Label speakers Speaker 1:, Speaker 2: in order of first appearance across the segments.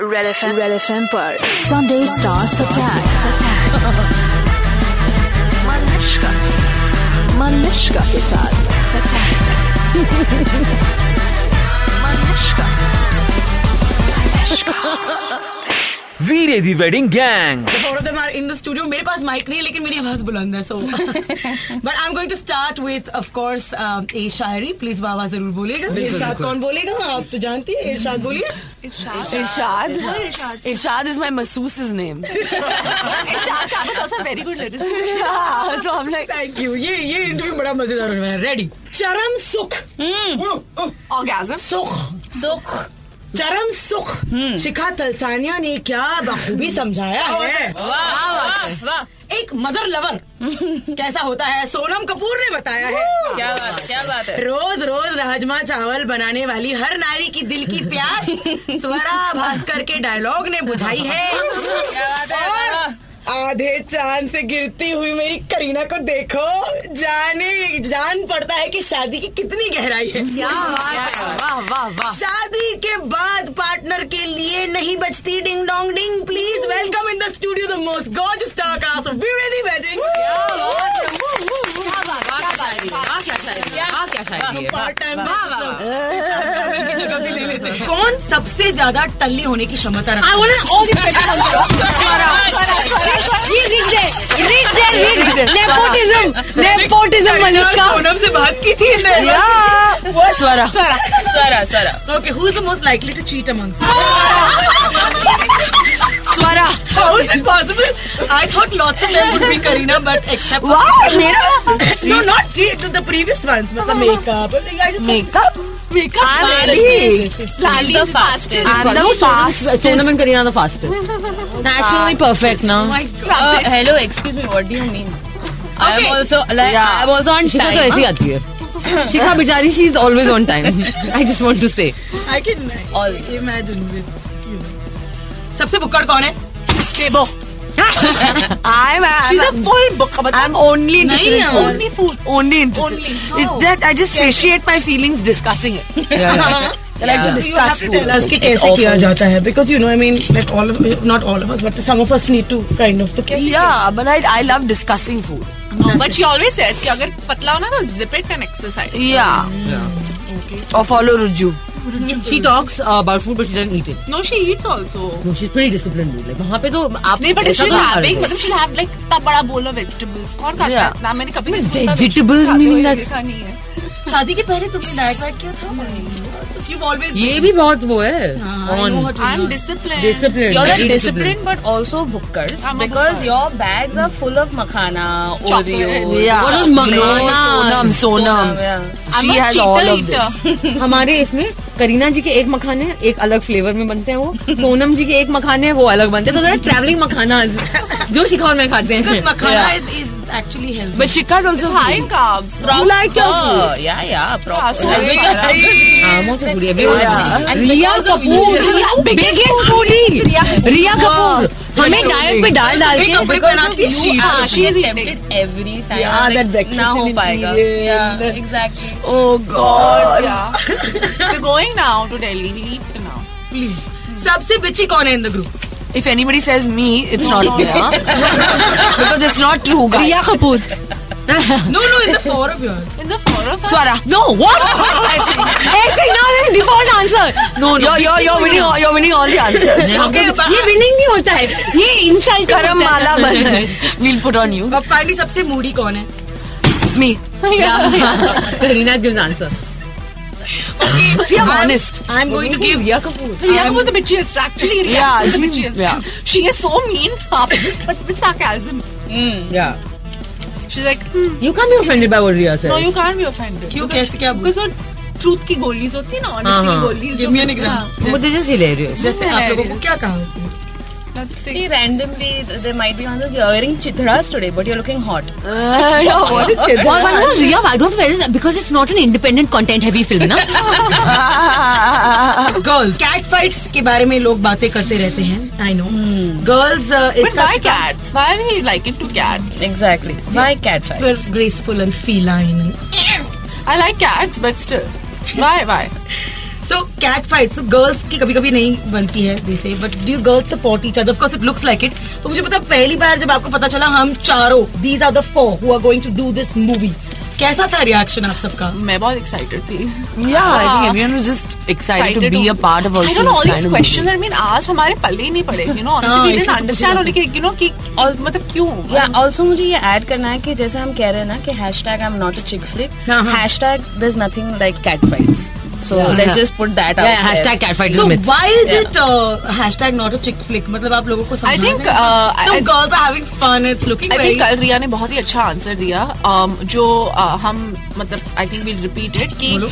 Speaker 1: Red F red F M पर Sunday stars attack Manushka मनुष्का के साथ मनुष्का
Speaker 2: Veere Di wedding gang
Speaker 3: four of them are in the studio. मेरे पास माइक नहीं है लेकिन मेरी आवाज बुलंद है so but I am going to start with of course a Shayari please बाबा जरूर बोलेगा इरशाद कौन बोलेगा आप तो जानती है इरशाद बोलिए
Speaker 4: Irshad. Irshad is my masseus's name. Irshad Kabat also very good lyricist. Yeah, so I'm like
Speaker 3: thank you ये ये इंटरव्यू बड़ा मजेदार होने वाला है रेडी चरम सुख Oh, oh,
Speaker 4: orgasm.
Speaker 3: सुख Hmm. सुख चरम सुख शिखा तलसानिया ने क्या बखूबी समझाया है एक मदर लवर कैसा होता है सोनम कपूर ने बताया है
Speaker 5: क्या बात है क्या बात है
Speaker 3: रोज रोज राजमा चावल बनाने वाली हर नारी की दिल की प्यास स्वरा भास्कर के डायलॉग ने बुझाई है
Speaker 5: क्या बात है,
Speaker 3: और
Speaker 5: वाह।
Speaker 3: आधे चांद से गिरती हुई मेरी करीना को देखो जाने जान पड़ता है कि शादी की कितनी गहराई है
Speaker 4: वाह वाह वाह
Speaker 3: शादी के बाद पार्टनर के लिए नहीं बचती ding dong ding please welcome in the studio the most gorgeous star cast of Veere Di wedding
Speaker 5: वाह क्या शायरी है, वाह क्या शायरी है, वाह क्या शायरी है, वाह।
Speaker 3: कौन सबसे ज्यादा टल्ली होने की क्षमता
Speaker 4: Nepotism. Nepotism, Manushka.
Speaker 3: सोनम से बात की थी
Speaker 4: Swara. Swara.
Speaker 5: Swara Swara
Speaker 3: okay who is the most likely to cheat amongst
Speaker 4: Swara.
Speaker 3: How is it possible I thought lots of them would be Kareena but except
Speaker 4: Wow, मेरा
Speaker 3: no not cheat the previous ones मतलब makeup
Speaker 4: makeup.
Speaker 3: oh
Speaker 4: Makeup.
Speaker 5: She's the fastest.
Speaker 4: I'm the fastest.
Speaker 5: Sonam and Kareena are the fastest. Nationally perfect, now.
Speaker 3: my God.
Speaker 5: Uh, hello, excuse me. What do you mean? I am
Speaker 3: Okay.
Speaker 5: also like I am also on time. तो ऐसी आती है. शिखा बिचारी, she is always on time. I just want to say.
Speaker 3: I can
Speaker 5: All.
Speaker 3: Imagine सबसे बुक्कड़ कौन है
Speaker 4: Sebo. I'm. a-
Speaker 3: She's
Speaker 4: I'm a full book. I'm only interested.
Speaker 3: Nahi,
Speaker 4: in-
Speaker 3: yaar.
Speaker 4: Only fool. Only interested.
Speaker 3: Only. Oh.
Speaker 4: It- That I just satiate my feelings discussing it.
Speaker 5: Yeah.
Speaker 3: You have to tell us कि कैसे किया जाता है because you know I mean like all of not all of us but some of us need to kind of तो कैसे
Speaker 4: Yeah, but I I love discussing food.
Speaker 6: But she always says कि अगर पतला होना ना zip it and exercise
Speaker 4: Yeah. Or follow Ruju.
Speaker 5: She talks uh, about food, but she doesn't eat it.
Speaker 6: No she eats also
Speaker 5: No, she's pretty disciplined. Dude. Like वहाँ पे तो आप
Speaker 6: नहीं बट
Speaker 5: ऐसा
Speaker 6: शी
Speaker 5: तो आप
Speaker 6: हैविंग
Speaker 5: करोगे।
Speaker 6: मतलब शी हैव लाइक इतना बड़ा बोल ऑफ वेजिटेबल्स कौन खाता है
Speaker 4: Yeah.
Speaker 6: इतना? मैंने कभी किसी को इतना
Speaker 5: vegetables
Speaker 6: vegetable
Speaker 5: meaning
Speaker 6: खाते हुए
Speaker 5: that's-
Speaker 6: देखा नहीं है
Speaker 3: शादी के पहले तुमने डाइट वाइट किया था you've always
Speaker 5: ये भी बहुत वो है.
Speaker 4: हाँ,
Speaker 3: I know
Speaker 5: on
Speaker 3: what you
Speaker 6: I am
Speaker 3: mean.
Speaker 6: Discipline
Speaker 5: discipline.
Speaker 7: You're a
Speaker 5: Very
Speaker 7: disciplined but also bookers
Speaker 6: I'm a
Speaker 7: because
Speaker 6: booker.
Speaker 7: your bags are full of makhana,
Speaker 6: Chocolate.
Speaker 7: Oreos.
Speaker 4: Yeah.
Speaker 5: What is makhana?
Speaker 4: Sonam, Sonam.
Speaker 7: yeah.
Speaker 4: She has all of this.
Speaker 5: हमारे इसमें करीना जी के एक मखाने एक अलग flavour में बनते हैं वो सोनम जी के एक मखाने वो अलग बनते हैं तो जरा ट्रैवलिंग मखाना जो शिखा और मैं खाते हैं
Speaker 3: मखाना is is actually healthy
Speaker 4: But Shikha's also
Speaker 6: high carbs
Speaker 7: You
Speaker 4: like your
Speaker 7: Oh, yeah, yeah. Proper.
Speaker 5: आमों से जुड़ी है, बेवजह
Speaker 7: Yeah.
Speaker 5: नहीं।
Speaker 7: And
Speaker 5: Riya
Speaker 7: because of
Speaker 5: Kapoor biggest foodie Riya Kapoor हमें डाइट पे डाल डाल
Speaker 3: एक
Speaker 5: के
Speaker 3: अपने बनाती है
Speaker 5: because you
Speaker 3: शीट।
Speaker 5: are-
Speaker 6: हाँ, she is eating.
Speaker 7: Tempted Ah, every time.
Speaker 5: Yeah,
Speaker 7: Like,
Speaker 5: Ah, that vaccination
Speaker 7: ना हो पाएगा. Yeah, exactly.
Speaker 4: Oh God.
Speaker 6: We're going now to Delhi. We'll eat now.
Speaker 3: please सबसे bitchy कौन है in the group
Speaker 4: If anybody says me, it's not me, huh? because it's not true, guys. Riya Kapoor.
Speaker 3: no no in the four of yours
Speaker 6: In the four of us,
Speaker 4: Swara.
Speaker 5: Know what ऐसे ना default answer no
Speaker 4: You're, you're, you're winning. All, you're winning all the answers.
Speaker 3: Okay, but-
Speaker 5: ये winning नहीं होता है ये insult
Speaker 4: Karam mala ban. We'll put on you.
Speaker 3: अब finally सबसे moody कौन है
Speaker 4: Me.
Speaker 5: Kareena gives answer
Speaker 4: See, I'm honest.
Speaker 3: I'm going to give
Speaker 5: Riya Kapoor
Speaker 6: Priyanka was a bitchiest. Actually, Riya
Speaker 4: Yeah,
Speaker 6: was a
Speaker 4: she-
Speaker 6: bitchiest.
Speaker 4: yeah.
Speaker 6: She is so mean, but with sarcasm.
Speaker 5: या
Speaker 6: She's like, hmm,
Speaker 5: you can be offended by what Riya
Speaker 6: no,
Speaker 5: said
Speaker 6: you can't be offended.
Speaker 3: क्यों
Speaker 6: Because-
Speaker 3: कैसे क्या बोल
Speaker 6: Because वो truth की गोलियां होती है ना, honesty
Speaker 5: हाँ,
Speaker 4: Uh-huh.
Speaker 6: की
Speaker 5: हाँ.
Speaker 6: गोलियां.
Speaker 3: give me an example
Speaker 5: but this is hilarious
Speaker 3: जैसे आप लोगों को क्या कहा उसने
Speaker 6: Nothing.
Speaker 7: See, randomly, th- there might be answers. You're wearing chitras today, but you're looking hot.
Speaker 5: What one was Riya? I don't know because it's not an independent content heavy film, na?
Speaker 3: Girls cat fights के बारे में लोग बातें करते रहते हैं I know girls
Speaker 6: Hmm. But why cats? Why are we likened to cats?
Speaker 7: Exactly. My cat fight.
Speaker 3: graceful and feline
Speaker 6: I like cats, but still. Why? Why?
Speaker 3: So cat fight so girls की कभी कभी नहीं बनती है जैसे but do girls support each other of course it looks like it तो मुझे पता पहली बार जब आपको पता चला हम चारों these are the four who are going to do this movie कैसा था रिएक्शन आप सबका
Speaker 6: मैं बहुत एक्साइटेड थी हाँ,
Speaker 4: Yeah, I
Speaker 7: Ah.
Speaker 4: think everyone was just excited to be a part of also
Speaker 6: I don't know, all
Speaker 4: this kind
Speaker 6: these
Speaker 4: of
Speaker 6: questions. I mean, आज हमारे पल्ले ही नहीं पड़े. You know, honestly,
Speaker 3: हाँ,
Speaker 6: we
Speaker 3: इसी
Speaker 6: didn't
Speaker 3: तो
Speaker 6: understand
Speaker 3: पूछी
Speaker 6: only कि you know कि और मतलब क्यों?
Speaker 7: या ऑल्सो मुझे ये ऐड करना है कि जैसे हम कह रहे हैं ना कि hashtag I am not a chick flick
Speaker 3: हाँ, हाँ.
Speaker 7: Hashtag there is nothing like cat fights so let's just put that
Speaker 4: Yeah, hashtag
Speaker 7: out
Speaker 4: catfight is
Speaker 3: so
Speaker 4: a myth.
Speaker 3: Why is it hashtag not a chick flick मतलब आप लोगों को तो
Speaker 6: I think
Speaker 4: Uh-huh.
Speaker 3: समझ
Speaker 6: uh, I, I-
Speaker 3: girls are having fun it's looking
Speaker 6: I think
Speaker 3: very
Speaker 6: कल रिया ने बहुत ही अच्छा आंसर दिया um, जो uh, हम मतलब I think will repeat it कि
Speaker 3: बोलो।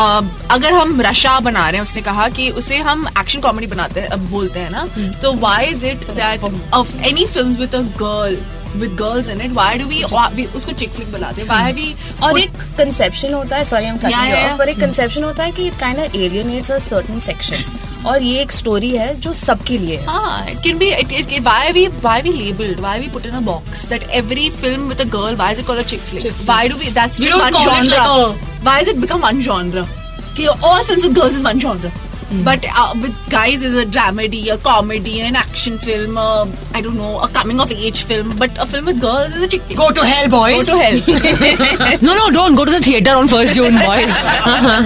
Speaker 6: uh, अगर हम रशा बना रहे हैं उसने कहा कि उसे हम एक्शन कॉमेडी बनाते हैं अब बोलते हैं ना so why is it that of any films with a girl with girls in it why do we uh, उसको चिक फ्लिक बुलाते हैं व्हाई वी
Speaker 7: और एक कंसेप्शन होता है सॉरी हम
Speaker 6: Yeah, yeah, yeah.
Speaker 7: पर एक कंसेप्शन होता है कि it kind of alienates a certain section और ये एक स्टोरी है जो सबके लिए है
Speaker 6: Ah, it can be. It, it, it- why we why we labeled? Why we put in a box that every film with a girl? Why is it called a chick flick? Why do we? That's
Speaker 3: We
Speaker 6: just
Speaker 3: don't
Speaker 6: one
Speaker 3: call it
Speaker 6: genre.
Speaker 3: like
Speaker 6: Why has it become one genre? Okay, all films with girls is one genre.
Speaker 3: Hmm.
Speaker 6: But uh, with guys is a dramedy, a comedy, an action film, I I don't know, a coming of age film. But a film with girls is a chick flick.
Speaker 3: Go to hell
Speaker 6: Go
Speaker 3: boys
Speaker 6: to hell.
Speaker 4: No, no, don't go to the theater on 1st June, boys.